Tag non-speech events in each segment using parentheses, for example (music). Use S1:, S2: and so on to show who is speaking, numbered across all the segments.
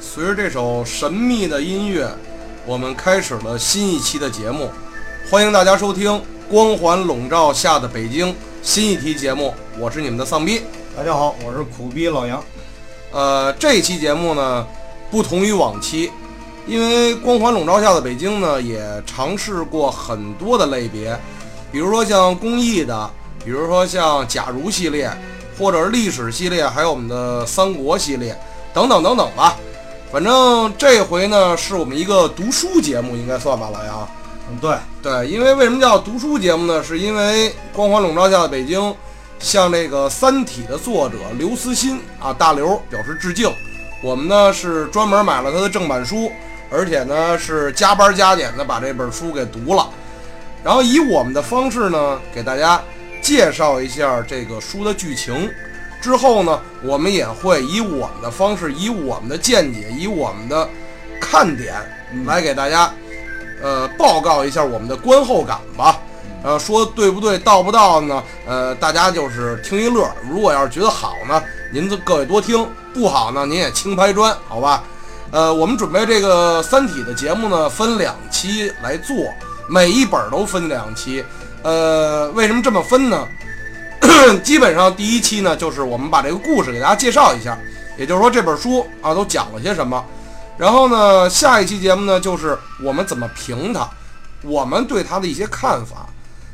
S1: 随着这首神秘的音乐，我们开始了新一期的节目，欢迎大家收听《光环笼罩下的北京》新一期节目，我是你们的丧逼。
S2: 大家好，我是苦逼老杨。
S1: 呃，这一期节目呢，不同于往期，因为《光环笼罩下的北京》呢，也尝试过很多的类别，比如说像公益的，比如说像假如系列，或者是历史系列，还有我们的三国系列，等等等等吧。反正这回呢，是我们一个读书节目，应该算吧，老杨。
S2: 嗯，对，
S1: 对，因为为什么叫读书节目呢？是因为《光环笼罩下的北京》向这个《三体》的作者刘慈欣啊大刘表示致敬。我们呢是专门买了他的正版书，而且呢是加班加点的把这本书给读了，然后以我们的方式呢给大家介绍一下这个书的剧情。之后呢，我们也会以我们的方式，以我们的见解，以我们的看点来给大家呃报告一下我们的观后感吧。呃，说对不对，到不到呢？呃，大家就是听一乐。如果要是觉得好呢，您就各位多听；不好呢，您也轻拍砖，好吧？呃，我们准备这个《三体》的节目呢，分两期来做，每一本都分两期。呃，为什么这么分呢？ (clears throat) 基本上第一期呢，就是我们把这个故事给大家介绍一下，也就是说这本书啊都讲了些什么。然后呢，下一期节目呢，就是我们怎么评它，我们对它的一些看法。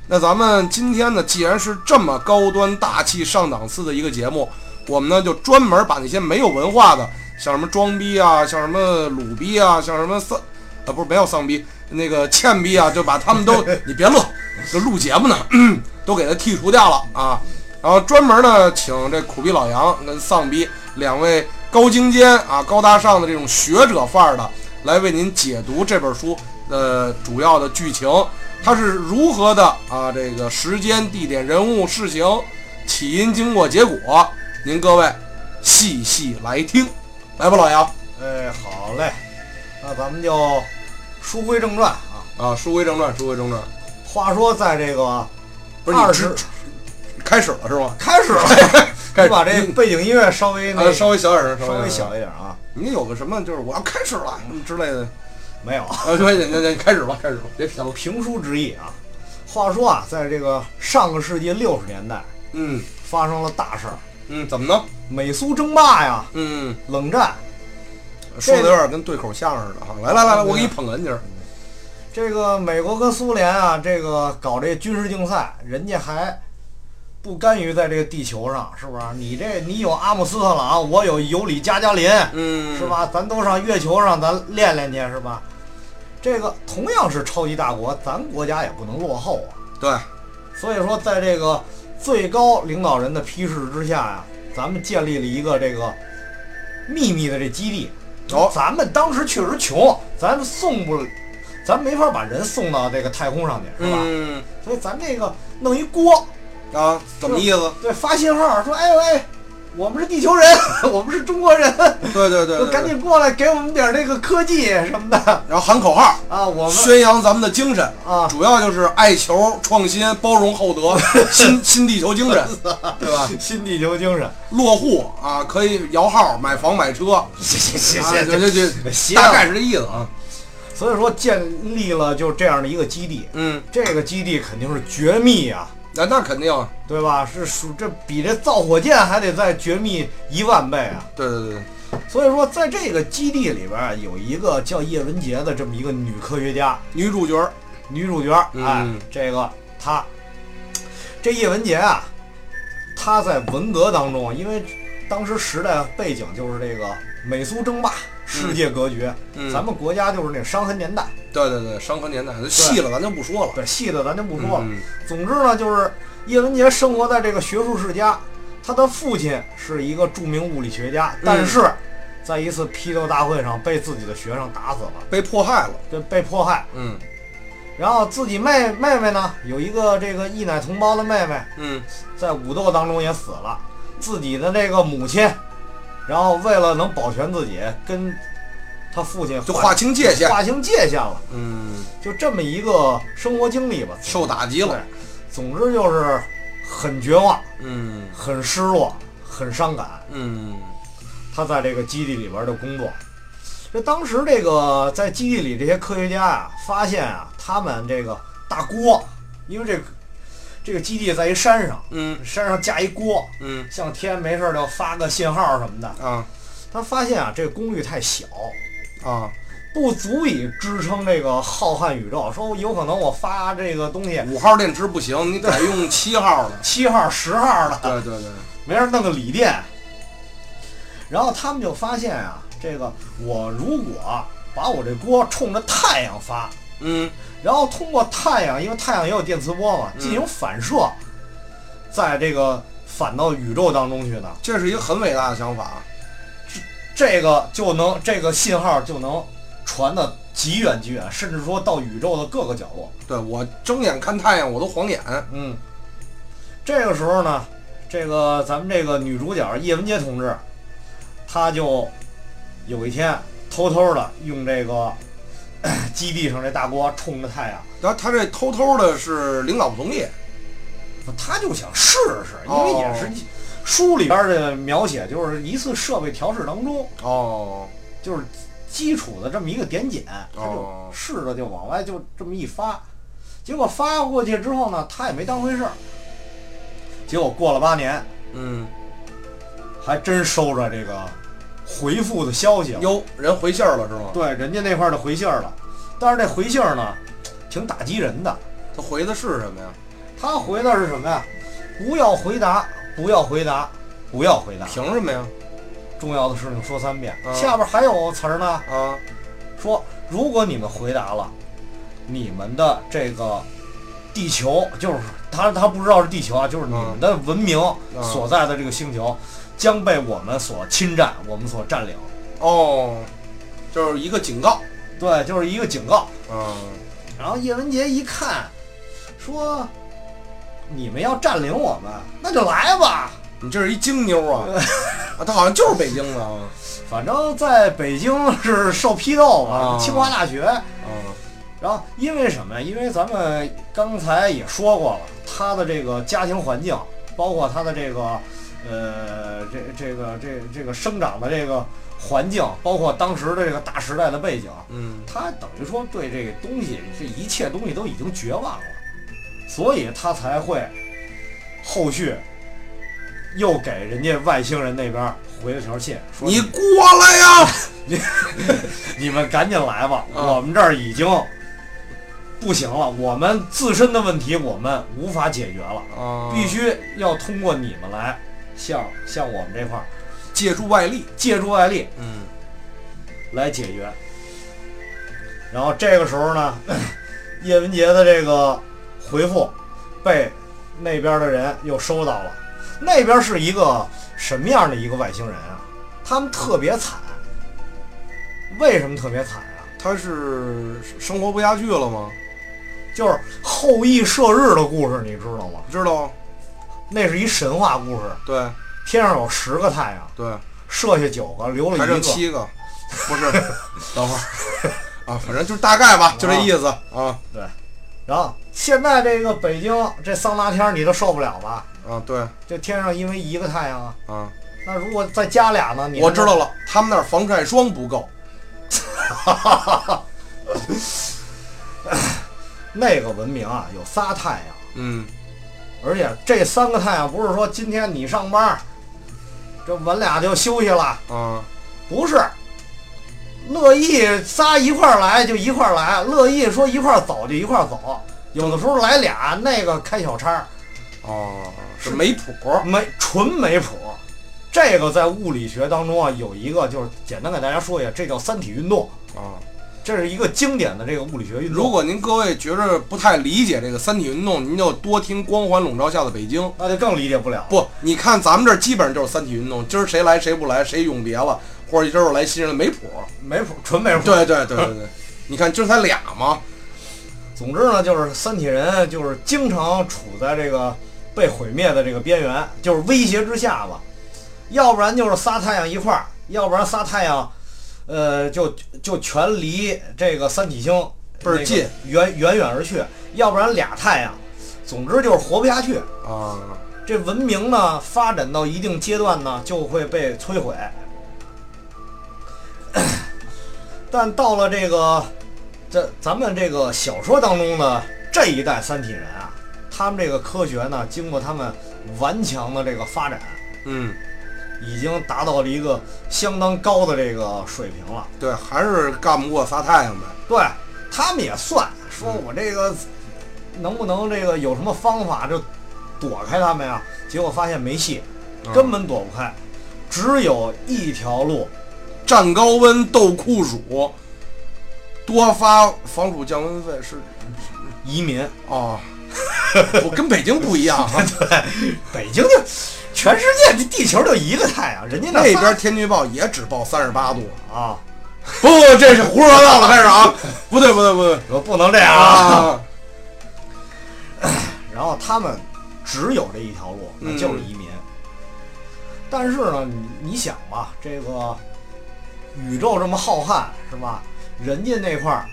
S1: 那咱们今天呢，既然是这么高端大气上档次的一个节目，我们呢就专门把那些没有文化的，像什么装逼啊，像什么鲁逼啊，像什么丧，啊不是没有丧逼，那个欠逼啊，就把他们都你别乐，这录节目呢，啊都给他剔除掉了啊。然后专门呢，请这苦逼老杨跟丧逼两位高精尖啊、高大上的这种学者范儿的，来为您解读这本书的主要的剧情，它是如何的啊？这个时间、地点、人物、事情、起因、经过、结果，您各位细细来听，来吧，老杨
S2: 哎，好嘞，那咱们就书归正传啊。
S1: 啊！书归正传，书归正传，
S2: 话说，在这个
S1: 不是你
S2: 二
S1: 直
S2: 十
S1: (laughs) 开始了是吗？
S2: (laughs) 开始了，
S1: 开始
S2: 你把这背景音乐稍微那、
S1: 啊，稍微小点声，
S2: 稍
S1: 小点
S2: 微
S1: 声，
S2: 小一点啊。
S1: 你有个什么就是我要开始了什么之类的。
S2: 没有，
S1: 啊，对，那那开始吧，开始吧，别贫了。
S2: 评书之意啊。话说啊，在这个上个世纪六十年代
S1: 嗯
S2: 发生了大事儿，
S1: 嗯，怎么呢？
S2: 美苏争霸呀，
S1: 嗯，
S2: 冷战。
S1: 说的有点跟对口相声似的哈。来来来来，我给你捧哏去。
S2: 这个美国跟苏联啊，这个搞这军事竞赛，人家还不甘于在这个地球上，是不是？你这你有阿姆斯特朗，我有尤里加加林，
S1: 嗯，
S2: 是？吧？咱都上月球上咱练练去，是吧？这个同样是超级大国，咱国家也不能落后啊。
S1: 对，
S2: 所以说，在这个最高领导人的批示之下呀、咱们建立了一个这个秘密的这基地。
S1: 哦
S2: 咱们当时确实穷，咱们送不，咱没法把人送到这个太空上去，是吧？
S1: 嗯
S2: 所以咱这个弄一锅，
S1: 啊，怎么意思？
S2: 对，发信号说，哎喂，我们是地球人， (laughs) 我们是中国人，
S1: 对对对，对
S2: 赶。紧过来给我们点这个科技什么的
S1: 然后喊口号，
S2: 啊，我们
S1: 宣扬咱们的精神，
S2: 啊，
S1: 主要就是爱球、创新、包容、厚 (laughs) 德、新新地球精 (laughs) 神，对吧？
S2: 新地球精神，
S1: 落户啊，可以摇号、买房、买车，啊，
S2: (laughs) 谢谢谢
S1: 对对对，
S2: 谢
S1: 大概是这意思啊。
S2: 所以说建立了就这样的一个基地，
S1: 嗯，
S2: 这个基地肯定是绝密啊，
S1: 那那肯定啊，
S2: 对吧？是属这比这造火箭还得再绝密一万倍啊！
S1: 对对对对，
S2: 所以说，在这个基地里边啊有一个叫叶文洁的这么一个女科学家，
S1: 女主角，
S2: 女主角，
S1: 嗯
S2: 哎，这个她，这叶文洁啊，她在文革当中，因为当时时代背景就是这个美苏争霸，世界格局，
S1: 嗯，
S2: 咱们国家就是那伤痕年代，
S1: 对对对，伤痕年代，细了咱就不说了，
S2: 对，细的咱就不说了。
S1: 嗯
S2: 总之呢，就是叶文洁生活在这个学术世家，他的父亲是一个著名物理学家，但
S1: 嗯
S2: 是在一次批斗大会上被自己的学生打死了，
S1: 被迫害了，
S2: 对，被迫害。
S1: 嗯
S2: 然后自己妹妹妹呢，有一个这个一奶同胞的妹妹，
S1: 嗯
S2: 在武斗当中也死了。自己的这个母亲，然后为了能保全自己，跟他父亲
S1: 就划清界限
S2: 划清界限了，
S1: 嗯，
S2: 就这么一个生活经历吧。
S1: 受打击了，
S2: 对，总之就是很绝望。
S1: 嗯
S2: 很失落，很伤感。
S1: 嗯
S2: 他在这个基地里边的工作，这当时这个在基地里这些科学家啊，发现啊，他们这个大锅，因为这个这个基地在一山上，
S1: 嗯
S2: 山上架一锅，
S1: 嗯
S2: 向天没事儿就发个信号什么的。
S1: 啊
S2: 他发现啊，这个功率太小，
S1: 啊，
S2: 不足以支撑这个浩瀚宇宙。说有可能我发这个东西
S1: 五号电池不行，你得用七号的。
S2: 七号、十号的，
S1: 对对对，
S2: 没事儿弄个锂电。然后他们就发现啊，这个我如果把我这锅冲着太阳发，
S1: 嗯
S2: 然后通过太阳，因为太阳也有电磁波嘛，
S1: 嗯
S2: 进行反射，在这个反到宇宙当中去呢，
S1: 这是一个很伟大的想法。
S2: 这个就能这个信号就能传的极远极远，甚至说到宇宙的各个角落。
S1: 对我睁眼看太阳，我都晃眼。
S2: 嗯，这个时候呢，这个咱们这个女主角叶文洁同志，她就有一天偷偷的用这个基地上这大锅冲着太阳，
S1: 然后他这偷偷的是领导不同意。
S2: 她就想试试，因为
S1: 哦
S2: 也是书里边的描写，就是一次设备调试当中，
S1: 哦
S2: 就是基础的这么一个点检，她就
S1: 哦
S2: 试着就往外就这么一发，结果发过去之后呢，她也没当回事儿，结果过了八年。
S1: 嗯，
S2: 还真收着这个回复的消息了。
S1: 哟，人回信儿了是吗？
S2: 对，人家那块儿的回信儿了，但是这回信儿呢，挺打击人的。
S1: 他回的是什么呀？
S2: 他回的是什么呀？不要回答，不要回答，不要回答。
S1: 凭什么呀？
S2: 重要的事情说三遍。
S1: 嗯
S2: 下边还有词儿呢，
S1: 啊，
S2: 说如果你们回答了，你们的这个地球就是他他不知道是地球啊，就是你们的文明
S1: 嗯
S2: 所在的这个星球将被我们所侵占，我们所占领。
S1: 哦，就是一个警告。
S2: 对，就是一个警告。
S1: 嗯
S2: 然后叶文洁一看，说：“你们要占领我们，那就来吧。
S1: 你这是一京妞
S2: (laughs)
S1: 啊！啊，他好像就是北京的啊。
S2: 反正在北京是受批斗嘛，
S1: 啊
S2: 清华大学。
S1: 啊，
S2: 然后因为什么呀？因为咱们刚才也说过了，他的这个家庭环境，包括他的这个，呃，这这个这这个生长的这个环境，包括当时的这个大时代的背景，
S1: 嗯，
S2: 他等于说对这个东西，这一切东西都已经绝望了，所以他才会后续又给人家外星人那边回了条信，说
S1: 你过来呀！
S2: 你们赶紧来吧，
S1: 啊
S2: 我们这儿已经不行了，我们自身的问题我们无法解决了，
S1: 啊
S2: 必须要通过你们来向向我们这块儿
S1: 借助外力。
S2: 借助外力
S1: 嗯
S2: 来解决。然后这个时候呢， (coughs) 叶文洁的这个回复被那边的人又收到了。那边是一个什么样的一个外星人啊？他们特别惨。为什么特别惨啊？
S1: 他是生活不下去了吗？
S2: 就是后羿射日的故事，你知道吗？
S1: 知道？
S2: 那是一神话故事，
S1: 对
S2: 天上有十个太阳，
S1: 对，
S2: 射下九个，哦留了
S1: 还
S2: 一个
S1: 剩。七个，不
S2: (laughs)
S1: 是？等会儿啊，反正就是大概
S2: 哦
S1: 吧，就这意思啊
S2: 然后现在这个北京这桑拿天儿你都受不了吧？
S1: 啊，对
S2: 这天上因为一个太阳啊，
S1: 啊，
S2: 那如果再加俩呢？你
S1: 我知道了，他们那儿防晒霜不够。
S2: 那个文明啊，有仨太阳，
S1: 嗯
S2: 而且这三个太阳不是说今天你上班，这我俩就休息了，
S1: 啊，
S2: 不是。乐意仨一块儿来就一块儿来，乐意说一块儿走就一块儿走，有的时候来俩，那个开小差儿，
S1: 哦，是
S2: 是
S1: 没谱。
S2: 没纯没谱。这个在物理学当中啊，有一个就是简单给大家说一下，这叫三体运动，
S1: 啊，
S2: 这是一个经典的这个物理学运动。
S1: 如果您各位觉着不太理解这个三体运动，您就多听《光环笼罩下的北京》。
S2: 那就更理解不了了。
S1: 不，你看咱们这儿基本上就是三体运动，今儿谁来谁不来，谁永别了，或者今儿又来新人了，没谱。
S2: 没谱，纯没谱。，
S1: 对对对对对，你看今儿才俩嘛，
S2: 总之呢，就是三体人就是经常处在这个被毁灭的这个边缘，就是威胁之下吧。要不然就是仨太阳一块儿，要不然仨太阳，呃，就就全离这个三体星
S1: 倍儿近，
S2: 那个远远远而去。要不然俩太阳，总之就是活不下去。
S1: 啊，
S2: 这文明呢发展到一定阶段呢，就会被摧毁。 (coughs) 但到了这个这咱们这个小说当中呢，这一代三体人啊，他们这个科学呢，经过他们顽强的这个发展，
S1: 嗯，
S2: 已经达到了一个相当高的这个水平了。
S1: 对，还是干不过仨太阳呗。
S2: 对他们也算说，我这个能不能这个有什么方法就躲开他们呀？结果发现没戏，
S1: 嗯
S2: 根本躲不开，只有一条路。
S1: 站高温斗酷暑，多发防暑降温费是
S2: 移民， (clears throat)
S1: 哦， (laughs) 我跟北京不一样啊，
S2: 北京就全世界地球就一个太阳，人家
S1: 那
S2: 仨
S1: 边天气预报也只报三十八度。
S2: 啊，
S1: 不，这是胡说八道了，开始啊！不对，不对，不对
S2: 我不能这样啊。
S1: 啊！
S2: 然后他们只有这一条路，那
S1: 嗯
S2: 就是移民。但是呢，你你想吧，这个宇宙这么浩瀚，是吧？人家那块儿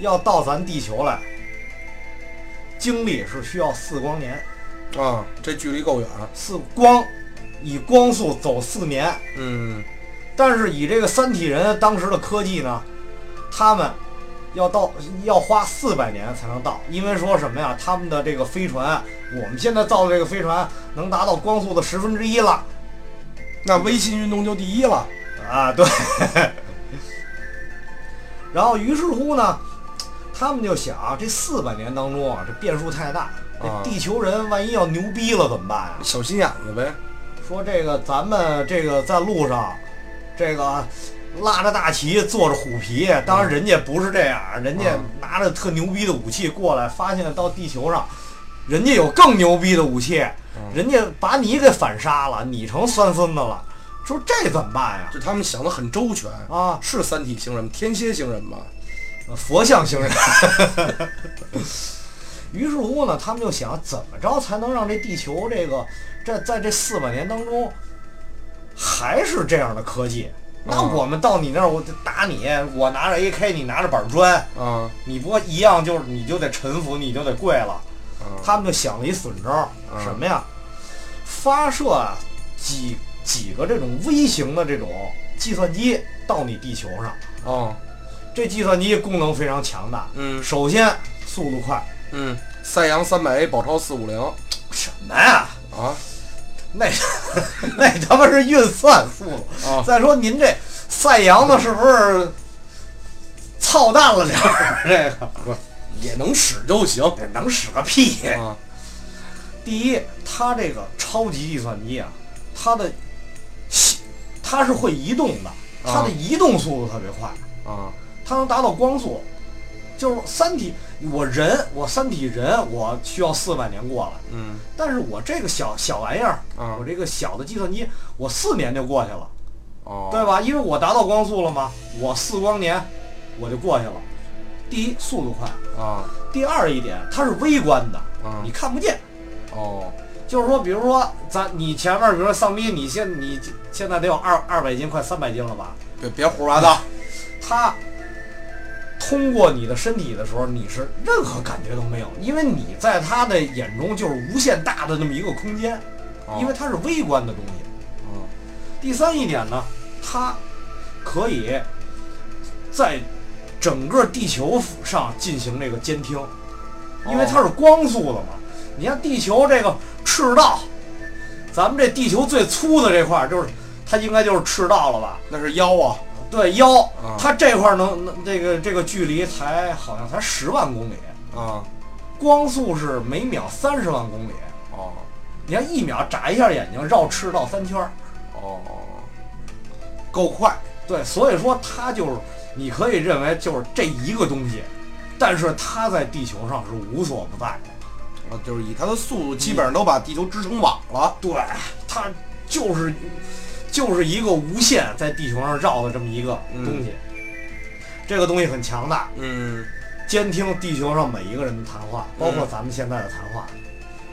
S2: 要到咱地球来，经历是需要四光年，
S1: 啊，这距离够远。
S2: 四光以光速走四年。
S1: 嗯，
S2: 但是以这个三体人当时的科技呢，他们要到要花四百年才能到，因为说什么呀？他们的这个飞船，我们现在造的这个飞船能达到光速的十分之一了
S1: 那微信运动就第一了。
S2: 啊！对。 (laughs) 然后于是乎呢，他们就想，啊这四百年当中啊，这变数太大，
S1: 啊
S2: 这地球人万一要牛逼了怎么办啊呀、
S1: 小心眼子呗。
S2: 说这个咱们这个在路上，这个拉着大旗，坐着虎皮，当然人家不是这样，人家
S1: 嗯
S2: 拿着特牛逼的武器过来，发现到地球上，人家有更牛逼的武器，
S1: 嗯
S2: 人家把你给反杀了，你成三孙子了，说这怎么办呀？
S1: 就他们想的很周全，
S2: 啊，
S1: 是三体星人、天蝎星人吧？
S2: 呃佛像星人。 (laughs) 于是乎呢，他们就想怎么着才能让这地球这个这在这四百年当中还是这样的科技？那
S1: 嗯
S2: 我们到你那儿，我就打你，我拿着 AK，你拿着板砖，
S1: 啊
S2: 你不一样就是你就得臣服，你就得跪了。
S1: 啊
S2: 他们就想了一损招，
S1: 嗯
S2: 什么呀？发射啊几几个这种微型的这种计算机到你地球上，
S1: 哦，
S2: 这计算机功能非常强大，
S1: 嗯
S2: 首先速度快，
S1: 嗯，赛扬三百 A 宝钞四五零
S2: 什么呀？
S1: 啊
S2: 那那他妈是运算速度。
S1: 啊！
S2: 再说您这赛扬的是不是操蛋了点儿？这个
S1: 也能使就行
S2: 这能使个屁！
S1: 啊！
S2: 第一，它这个超级计算机啊，它的它是会移动的，它的移动速度特别快，
S1: 啊，
S2: 它能达到光速。就是三体，我人我三体人，我需要四万年过来。
S1: 嗯
S2: 但是我这个小小玩意儿，
S1: 啊
S2: 我这个小的计算机，我四年就过去了，
S1: 哦，
S2: 对吧？因为我达到光速了嘛，我四光年我就过去了。第一，速度快；
S1: 啊
S2: 第二一点，它是微观的，
S1: 啊
S2: 你看不见。
S1: 哦
S2: 就是说，比如说咱你前面，比如说丧逼，你现你现在得有二二百斤，快三百斤了吧？
S1: 别别胡说八道
S2: 它通过你的身体的时候，你是任何感觉都没有，因为你在它的眼中就是无限大的那么一个空间，
S1: 啊
S2: 因为它是微观的东西。
S1: 啊
S2: 第三一点呢，它可以在整个地球上进行这个监听，因为它是光速的嘛。你像地球这个赤道，咱们这地球最粗的这块儿就是它应该就是赤道了吧？
S1: 那是腰啊
S2: 对，腰
S1: 啊，
S2: 它这块儿能能这个这个距离才好像才十万公里，
S1: 啊
S2: 光速是每秒三十万公里。
S1: 哦
S2: 你看一秒眨一下眼睛绕赤道三圈儿，
S1: 哦，够快
S2: 对，所以说它就是，你可以认为就是这一个东西，但是它在地球上是无所不在的。
S1: 啊，就是以它的速度，基本上都把地球支撑网了。
S2: 对，它就是就是一个无限在地球上绕的这么一个东西。这个东西很强大，
S1: 嗯，
S2: 监听地球上每一个人的谈话，包括
S1: 嗯
S2: 咱们现在的谈话。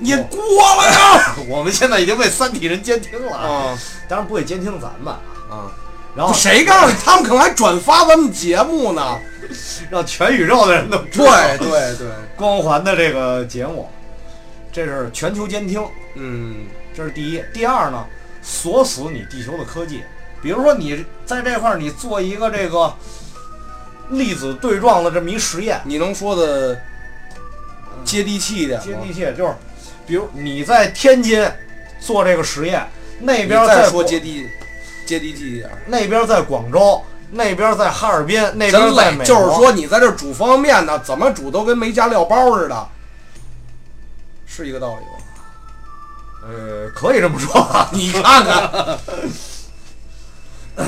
S1: 你过了呀！
S2: (laughs) 我们现在已经被三体人监听了，啊，
S1: 啊
S2: 当然不会监听咱们啊。
S1: 啊！
S2: 然后
S1: 谁告诉你他们可能还转发咱们节目呢？
S2: 让全宇宙的人都知道
S1: 对对对，
S2: (laughs) 光环的这个节目，这是全球监听。
S1: 嗯
S2: 这是第一。第二呢，锁死你地球的科技，比如说你在这块儿你做一个这个粒子对撞的这么一实验。
S1: 你能说的嗯接地气一点
S2: 接
S1: 吗？
S2: 地气就是，比如你在天津做这个实验，那
S1: 你
S2: 边
S1: 再
S2: 在
S1: 说
S2: 广
S1: 接地接地气一点。
S2: 那边在广州，那边在哈尔滨，那边
S1: 真
S2: 在
S1: 累
S2: 美国，，
S1: 就是说你在这煮方便面呢，怎么煮都跟没加料包似的，是一个道理吗？
S2: 呃，可以这么说 (laughs) 吧。
S1: 你看看， (laughs)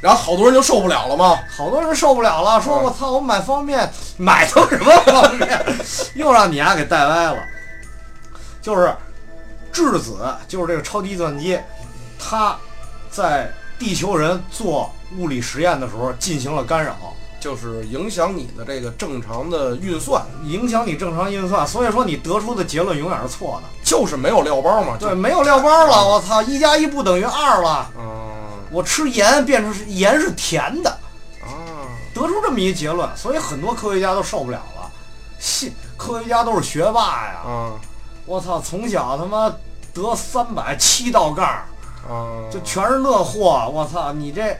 S1: 然后好多人就受不了了嘛。
S2: 好多人受不了了，说
S1: 嗯
S2: 我操，我买方便面买成什么方便面，又让你丫给带歪了。就是质子，就是这个超级计算机，它在地球人做物理实验的时候进行了干扰，
S1: 就是影响你的这个正常的运算，
S2: 影响你正常运算，所以说你得出的结论永远是错的。
S1: 就是没有料包嘛。就
S2: 对，，没有料包了，我操，一加一不等于二了。
S1: 嗯
S2: 我吃盐变成是盐是甜的，
S1: 啊，
S2: 得出这么一结论，所以很多科学家都受不了了。信科学家都是学霸呀，
S1: 啊
S2: 我操，从小他妈得三百七道杠儿，
S1: 啊，
S2: 就全是乐货。我操，你这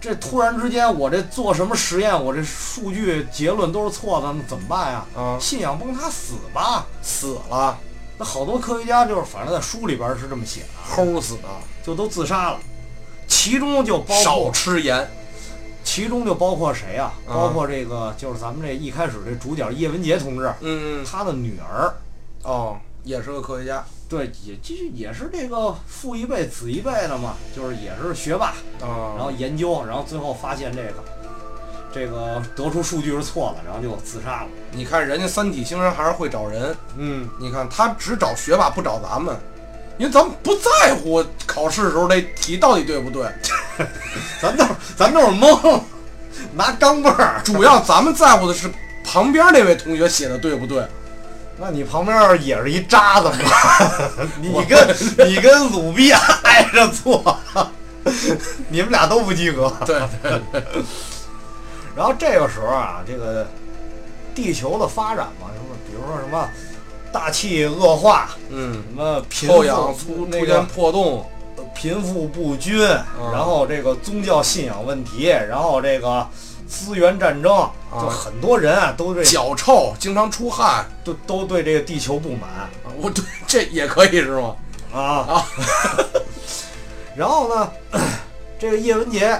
S2: 这突然之间，我这做什么实验，我这数据结论都是错的，那怎么办呀？
S1: 啊
S2: 信仰崩塌死吧！
S1: 死了，
S2: 那好多科学家就是，反正在书里边儿是这么写的，
S1: 齁死的，
S2: 就都自杀了。其中就包括
S1: 少吃盐。
S2: 其中就包括谁啊？
S1: 啊
S2: 包括这个，就是咱们这一开始这主角叶文洁同志，
S1: 嗯，
S2: 他的女儿，
S1: 哦，也是个科学家
S2: 对，也其实也是这个父一辈子一辈的嘛，就是也是学霸，然后
S1: 啊。
S2: 研究，然后最后发现这个，这个得出数据是错的，然后就自杀了。
S1: 你看人家三体星人还是会找人，
S2: 嗯，
S1: 你看他只找学霸不找咱们，因为咱们不在乎考试时候这题到底对不对，
S2: 咱都是咱都是蒙，拿钢镚儿。
S1: 主要咱们在乎的是旁边那位同学写的对不对。
S2: 那你旁边儿也是一渣子吗？ (laughs) 你
S1: 我
S2: 跟你跟鲁比挨着坐， (laughs) 你们俩都不及格。
S1: 对
S2: (laughs)
S1: 对，
S2: 然后这个时候啊，这个地球的发展嘛，什么比如说什么大气恶化，
S1: 嗯，
S2: 什么贫
S1: 后仰
S2: 富
S1: 出
S2: 那
S1: 出
S2: 个嗯
S1: 现破洞，
S2: 贫富不均，然后这个宗教信仰问题，然后这个资源战争，就很多人啊都
S1: (laughs)
S2: 对
S1: 脚臭，经常出汗。
S2: 都都对这个地球不满
S1: 我对 (laughs) 这也可以是吗？
S2: 啊。然后呢，这个叶文洁，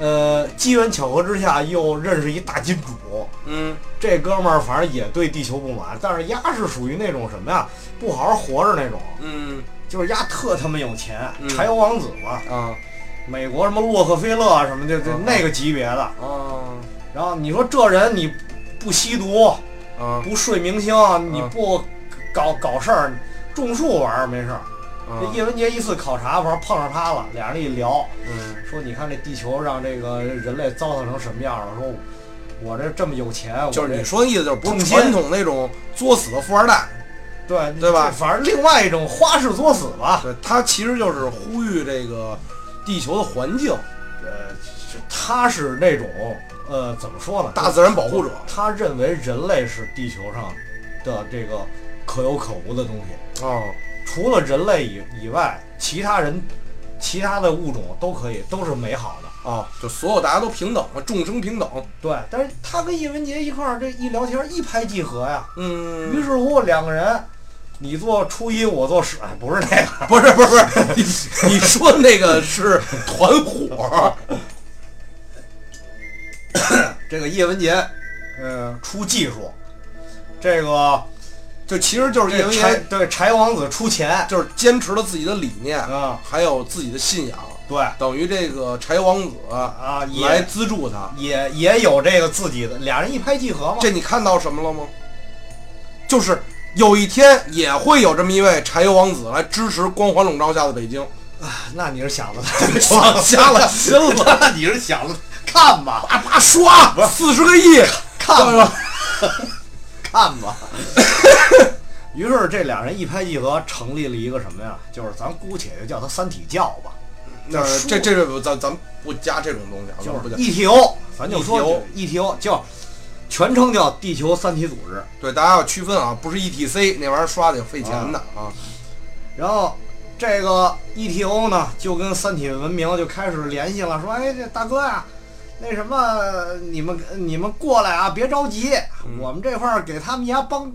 S2: 呃，机缘巧合之下又认识一大金主，
S1: 嗯，
S2: 这哥们儿反正也对地球不满，但是丫是属于那种什么呀，不好好活着那种，
S1: 嗯
S2: 就是丫特他妈有钱，
S1: 嗯
S2: 柴油王子嘛，
S1: 啊
S2: 美国什么洛克菲勒啊什么的，就
S1: 嗯
S2: 那个级别的。
S1: 啊
S2: 然后你说这人你不吸毒，
S1: 啊
S2: 不睡明星，
S1: 嗯
S2: 你不搞搞事儿，种树玩儿没事儿。这
S1: 啊！
S2: 叶文洁一次考察，完碰上他了，俩人一聊，
S1: 嗯
S2: 说你看这地球让这个人类糟蹋成什么样了？说我这这么有钱，我
S1: 就是
S2: 这
S1: 你说的意思，就是不是传统那种作死的富二代，
S2: 对
S1: 对吧
S2: 反正另外一种花式作死吧。
S1: 对，他其实就是呼吁这个地球的环境，
S2: 呃，是他是那种呃，怎么说呢？
S1: 大自然保护者
S2: 他认为人类是地球上的这个可有可无的东西，
S1: 啊，
S2: 除了人类以以外，其他人、其他的物种都可以，都是美好的。
S1: 啊，就所有大家都平等嘛，众生平等。
S2: 对，但是他跟叶文洁一块儿这一聊天，一拍即合呀。于
S1: 嗯，
S2: 是乎，两个人，你做初一，我做十，哎，不是那个，
S1: 不是不是不是，你你 (laughs) 说的那个是团伙，
S2: 这个叶文洁，呃，出技术，这个
S1: 就其实就是因
S2: 这柴
S1: 为
S2: 对柴王子出钱
S1: 就是坚持了自己的理念，
S2: 啊，
S1: 还有自己的信仰，
S2: 对
S1: 等于这个柴王子
S2: 啊，
S1: 来
S2: 也
S1: 资助他。
S2: 也也有这个自己的，俩人一拍即合嘛。
S1: 这你看到什么了吗？就是有一天也会有这么一位柴油王子来支持光环笼罩下的北京，
S2: 那你是想
S1: (laughs)
S2: 的，
S1: 放瞎
S2: (laughs)
S1: 了心了，
S2: 那你是想的，
S1: (laughs)
S2: 看吧，
S1: 啪啪刷四十个亿，
S2: 看吧，
S1: 吧，
S2: (laughs) 看
S1: (laughs)
S2: 吧。于是这俩人一拍即合，成立了一个什么呀？就是咱姑且就叫它三体教吧，
S1: 那这这这咱咱不加这种东西啊，咱
S2: 就
S1: 不
S2: 是
S1: 加。
S2: ETO，咱就说
S1: ETO
S2: ETO 叫全称叫地球三体组织。
S1: 对，大家要区分啊，不是 ETC 那玩意儿刷的挺费钱的啊。
S2: 然后这个 ETO 呢，就跟三体文明就开始联系了，说：“哎，这大哥呀、那什么，你们你们过来啊，别着急，我们这块儿给他们家帮，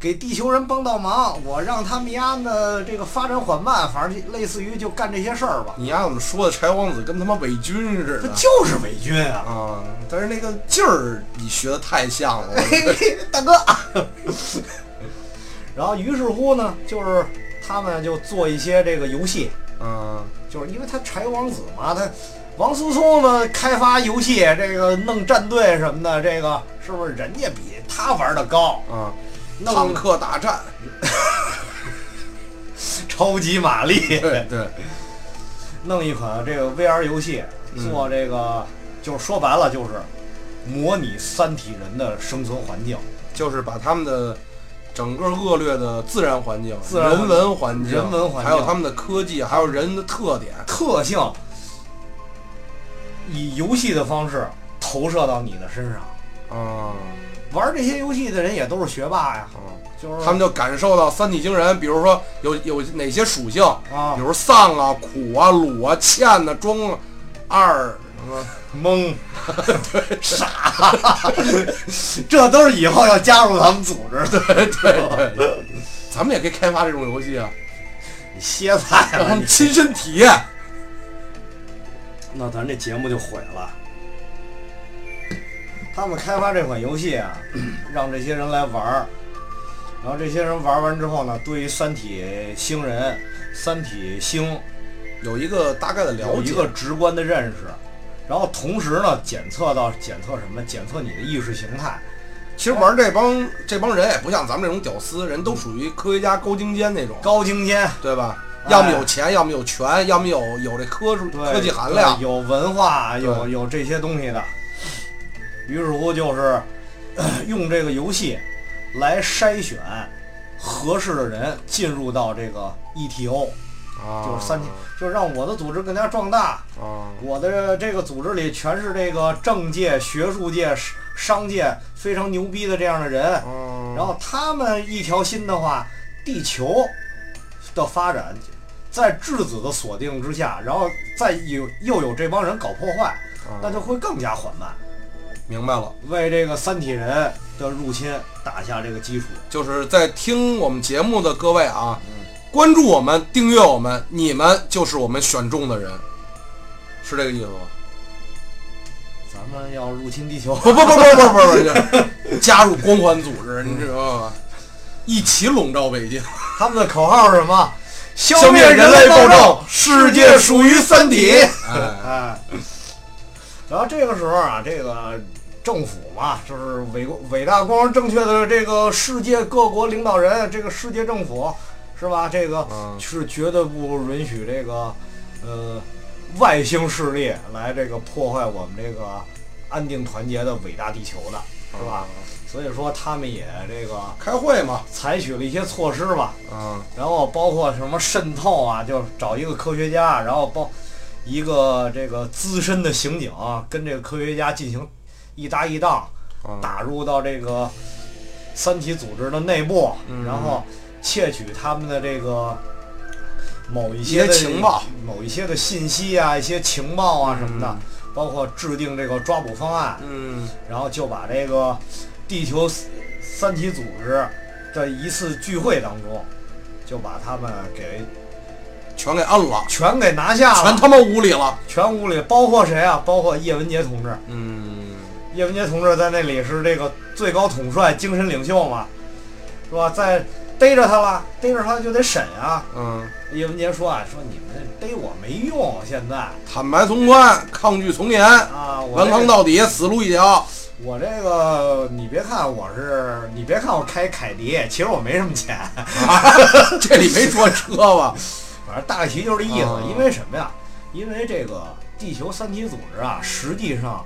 S2: 给地球人帮到忙，我让他们家呢这个发展缓慢，反正类似于就干这些事儿吧。
S1: 你丫怎么说的？柴王子跟他妈伪军似
S2: 这
S1: (laughs) 的
S2: 就是伪军啊！ (laughs)
S1: 啊！但是那个劲儿，你学的太像了。
S2: 大哥。 (laughs) 然后于是乎呢，就是他们就做一些这个游戏，
S1: 嗯，
S2: 就是因为他柴王子嘛，他王思聪呢开发游戏，这个弄战队什么的，这个是不是人家比他玩的高？
S1: 啊，坦
S2: 弄
S1: 克大战， (laughs)
S2: 超级玛丽，
S1: 对对，
S2: 弄一款这个 VR 游戏，
S1: 嗯
S2: 做这个、就是说白了就是模拟三体人的生存环境、
S1: 就是把他们的整个恶劣的自然环境、
S2: 自然环
S1: 人
S2: 境
S1: 文环境、
S2: 人文环境
S1: 还有他们的科技，还有人的特点，
S2: 特性，以游戏的方式投射到你的身上。
S1: 啊
S2: 玩这些游戏的人也都是学霸呀，
S1: 啊，
S2: 就是
S1: 他们就感受到三体精神，比如说有有哪些属性，
S2: 啊
S1: 比如丧啊、苦啊、鲁啊、欠呐、装啊、二什
S2: (laughs)
S1: 么
S2: 懵，傻，这都是以后要加入咱们组织的。
S1: 对对，咱们也可以开发这种游戏啊，
S2: (laughs) 你歇菜
S1: 让
S2: 了
S1: 他
S2: 你
S1: 们，亲身体验。
S2: 那咱这节目就毁了。他们开发这款游戏啊， (clears throat) 让这些人来玩儿，然后这些人玩完之后呢，对于三体星人、三体星
S1: 有一个大概的了
S2: 有一
S1: 解，
S2: 个直观的认识，然后同时呢，检测到检测什么？检测你的意识形态。
S1: 其实玩这帮这帮人也不像咱们这种屌丝，人都属于科学家高精尖那种，
S2: 高精尖，
S1: 对吧？
S2: 哎
S1: 要么有钱，要么有权，要么有有这科术
S2: 对
S1: 科技含量
S2: 对。有文化，有
S1: 对
S2: 有这些东西的。于是乎就是、 (clears throat) 呃用这个游戏来筛选合适的人进入到这个 ETO，
S1: 啊
S2: 就是三，就是让我的组织更加壮大。
S1: 啊，
S2: 我的这个组织里全是这个政界、学术界、商商界非常牛逼的这样的人，
S1: 然
S2: 然后他们一条心的话，地球的发展在质子的锁定之下，然后再有又有这帮人搞破坏，那就会更加缓慢，
S1: 明白了，
S2: 为这个三体人的入侵打下这个基础。
S1: 就是在听我们节目的各位啊，关注我们，订阅我们，你们就是我们选中的人，是这个意思吗？
S2: 咱们要入侵地球，
S1: 不不不不不不不，加入光环组织，你知道吗？一起笼罩北京，
S2: (laughs) 他们的口号是什么？消
S1: 消灭
S2: 灭
S1: 人
S2: 类
S1: 类暴
S2: 政
S1: 政，世界属于三体。哎，
S2: 哎，然后这个时候啊，这个政府嘛，就是伟国伟大光荣正确的这个世界各国领导人，这个世界政府是吧？这个
S1: 嗯
S2: 是绝对不允许这个呃外星势力来这个破坏我们这个安定团结的伟大地球的，是吧？所以说他们也这个
S1: 开会嘛，
S2: 采取了一些措施吧，
S1: 嗯
S2: 然后包括什么渗透啊，就找一个科学家，然后包一个这个资深的刑警啊、跟这个科学家进行一搭一档，
S1: 嗯
S2: 打入到这个三体组织的内部，
S1: 嗯
S2: 然后窃取他们的这个某一
S1: 一
S2: 些
S1: 些
S2: 的
S1: 情报、
S2: 某一些的信息啊、一些情报啊什么的，包括制定这个抓捕方案，
S1: 嗯
S2: 然后就把这个地球三三体组织的一次聚会当中，就把他们给
S1: 全给摁了，
S2: 全给拿下
S1: 全
S2: 了，
S1: 他妈无理了。
S2: 全屋里包括谁啊？包括叶文洁同志。
S1: 嗯，
S2: 叶文洁同志在那里是这个最高统帅、精神领袖嘛，是吧？在逮着他了，逮着他就得审啊。
S1: 嗯，
S2: 叶文洁说啊，说你们逮我没用，现在
S1: 坦白从宽，抗拒从严，
S2: 啊，我
S1: 顽
S2: 这
S1: 抗
S2: 个
S1: 到底，死路一条。
S2: 我这个，你别看我是，你别看我开凯迪，其实我没什么钱。
S1: 啊 (laughs) 这里没说车吧？
S2: 反正大概其就是这意思
S1: 啊。
S2: 因为什么呀？因为这个地球三体组织啊，实际上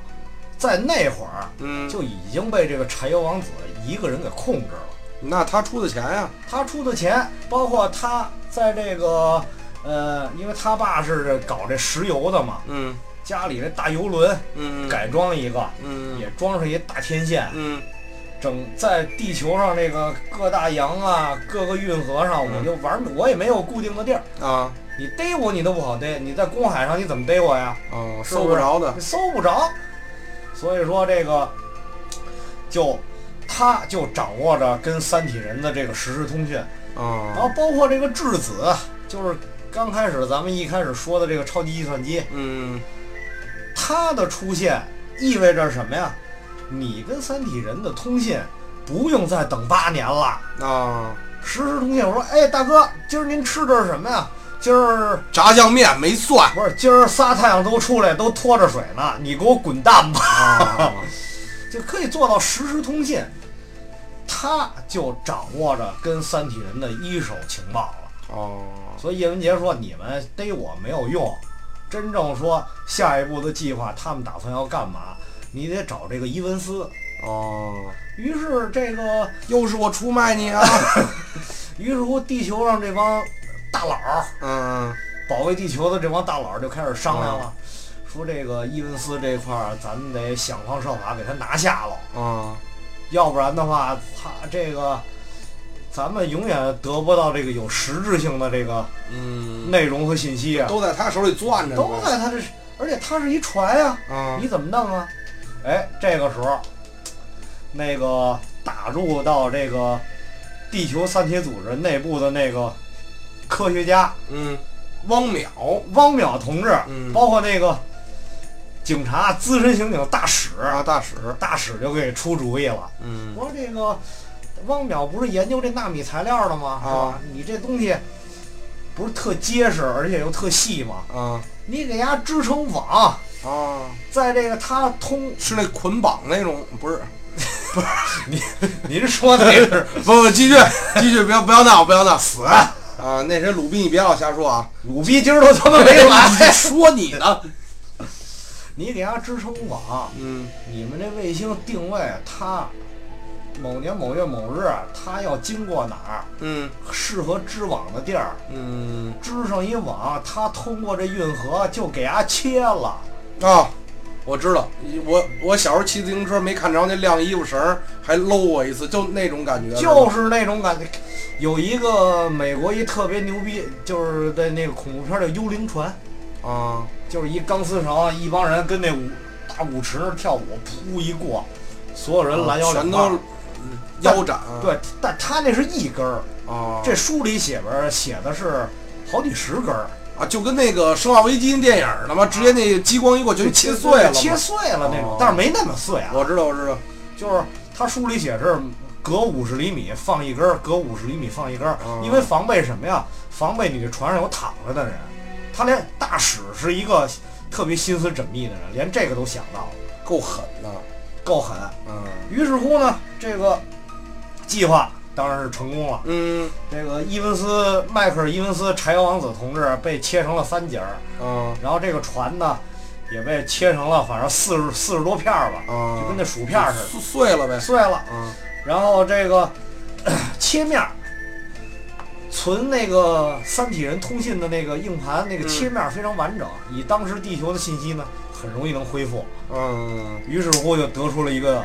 S2: 在那会儿啊
S1: 嗯，
S2: 就已经被这个柴油王子一个人给控制了。
S1: 那他出的钱呀？
S2: 他出的钱，包括他在这个呃，因为他爸是搞这石油的嘛，
S1: 嗯
S2: 家里这大油轮
S1: 嗯
S2: 改装了一个，
S1: 嗯
S2: 也装上一大天线，
S1: 嗯
S2: 整在地球上这个各大洋啊、各个运河
S1: 嗯
S2: 上，我就玩，我也没有固定的地儿。
S1: 啊
S2: 你逮我，你都不好逮。你在公海上，你怎么逮我呀？
S1: 啊，
S2: 是
S1: 搜
S2: 不是
S1: 不着的。
S2: 你搜不着。所以说这个就他就掌握着跟三体人的这个实时通讯，然后
S1: 啊，
S2: 包括这个质子，啊就是刚开始咱们一开始说的这个超级计算机，
S1: 嗯，
S2: 它的出现意味着什么呀？你跟三体人的通信不用再等八年了，
S1: 啊，
S2: 实时通信。我说，哎，大哥，今儿您吃的是什么呀？今儿
S1: 炸酱面没蒜
S2: 不是今儿仨太阳都出来都拖着水呢，你给我滚蛋吧！ (laughs)
S1: 啊，
S2: 就可以做到实时通信，他就掌握着跟三体人的一手情报了。
S1: 哦，
S2: 所以叶文洁说：“你们逮我没有用，真正说下一步的计划，他们打算要干嘛？你得找这个伊文斯。
S1: 哦，”
S2: 于是这个，
S1: 又是我出卖你 (laughs) 啊，
S2: 于是乎，地球上这帮大佬儿
S1: 嗯，
S2: 保卫地球的这帮大佬儿就开始商量了，说这个伊文斯这块儿，咱们得想方设法给他拿下了，
S1: 啊，
S2: 要不然的话，他这个。咱们永远得不到这个有实质性的这个
S1: 嗯，
S2: 内容和信息啊，
S1: 都在他手里攥着呢，
S2: 都在他这，而且他是一船呀、
S1: 啊
S2: 你怎么弄啊？哎，这个时候，那个打入到这个地球三体组织内部的那个科学家
S1: 嗯，汪淼，
S2: 汪淼同志，
S1: 嗯，
S2: 包括那个警察资深刑警大使，
S1: 啊大使，
S2: 大使就给出主意了。
S1: 嗯，
S2: 我说这个汪淼不是研究这纳米材料的吗？是吧
S1: 啊？
S2: 你这东西不是特结实，而且又特细吗？
S1: 啊
S2: 你给它织成网，
S1: 啊，
S2: 在这个它通，
S1: 是那捆绑那种，不是，
S2: (laughs) 您说的是 (laughs)
S1: 不不，继续 (laughs) 继续，不要不要闹，不要闹，
S2: 死。
S1: 啊，那谁鲁宾，你别老瞎说啊，
S2: 鲁逼今儿都他妈没来，
S1: 说你呢，
S2: (laughs) 你给它支撑网，
S1: 嗯，
S2: 你们这卫星定位它某年某月某日，它要经过哪儿，
S1: 嗯
S2: 适合织网的地儿，
S1: 嗯，
S2: 织上一网，它通过这运河就给它切了。
S1: 啊，我知道，我我小时候骑自行车没看着那晾衣服绳儿，还搂我一次，就那种感觉。
S2: 就是是那种感觉。有一个美国一特别牛逼，就是在那个恐怖片儿叫《幽灵船
S1: 吧啊》，
S2: 就是一钢丝绳，一帮人跟那舞大舞池那儿跳舞，噗一过，所有人拦腰
S1: 全
S2: 两
S1: 都
S2: 棒。
S1: 嗯腰斩。
S2: 对，但他那是一根儿，
S1: 啊，
S2: 这书里写边写的是好几十根儿，
S1: 啊就跟那个《生化危机》那电影儿的嘛，直接那激光一过全切碎了嘛。
S2: 切碎了那种，
S1: 哦
S2: 但是没那么碎啊。
S1: 我知道，我知道。
S2: 就是他书里写是隔五十厘米放一根儿，隔五十厘米放一根儿，
S1: 哦
S2: 因为防备什么呀？防备你这船上有躺着的人。他连大使是一个特别心思缜密的人，连这个都想到了，
S1: 够狠的，
S2: 够狠。
S1: 嗯
S2: 于是乎呢，这个计划当然是成功了。
S1: 嗯
S2: 这个伊文斯迈克尔·伊文斯柴油王子同志被切成了三截儿，
S1: 啊
S2: 然后这个船呢也被切成了反正四十四十多片儿吧，
S1: 啊，
S2: 就跟那薯片儿似
S1: 碎碎了
S2: 的，
S1: 呗。
S2: 碎了。
S1: 啊
S2: 然后这个 (clears throat) 咳切面儿，存那个三体人通信的那个硬盘那个
S1: 嗯
S2: 切面儿非常完整，以当时地球的信息呢，很容易能恢复。
S1: 嗯，
S2: 于是乎就得出了一个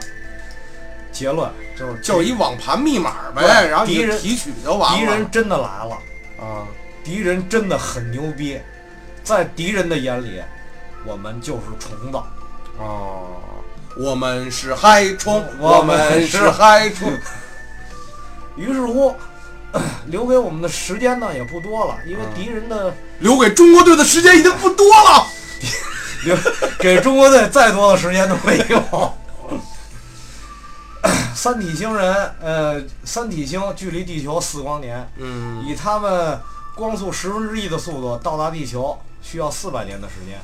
S2: 结论，就是
S1: 就是一网盘密码呗，
S2: 对
S1: 然后你
S2: 敌
S1: 就
S2: 人
S1: 提取就完了。
S2: 敌人真的来了，
S1: 啊，
S2: 敌人真的很牛逼，在敌人的眼里，我们就是虫子。
S1: 哦，我们是嗨冲，
S2: 我
S1: 们
S2: 们
S1: 是
S2: 是嗯
S1: 嗨冲。
S2: 于是乎， (clears throat) 留给我们的时间呢也不多了，因为
S1: 嗯
S2: 敌人的
S1: 留给中国队的时间已经不多了。
S2: 留 (laughs) 给中国队再多的时间都没有。 (coughs) 三体星人，呃，三体星距离地球四光年，
S1: 嗯
S2: 以他们光速十分之一的速度到达地球需要四百年的时间，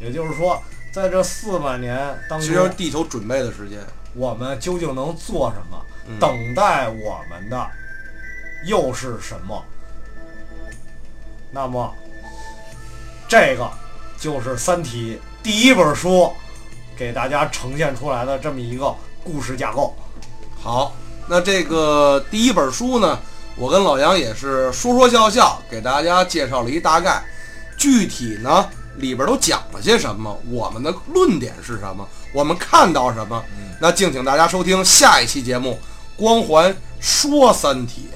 S2: 也就是说，在这四百年当
S1: 其实
S2: 中，
S1: 地球准备的时间，
S2: 我们究竟能做什么？
S1: 嗯
S2: 等待我们的又是什么？那么，这个就是《三体》第一本书给大家呈现出来的这么一个故事架构。
S1: 好，那这个第一本书呢，我跟老杨也是说说笑笑，给大家介绍了一大概，具体呢里边都讲了些什么，我们的论点是什么，我们看到什么。那敬请大家收听下一期节目《光环说三体》。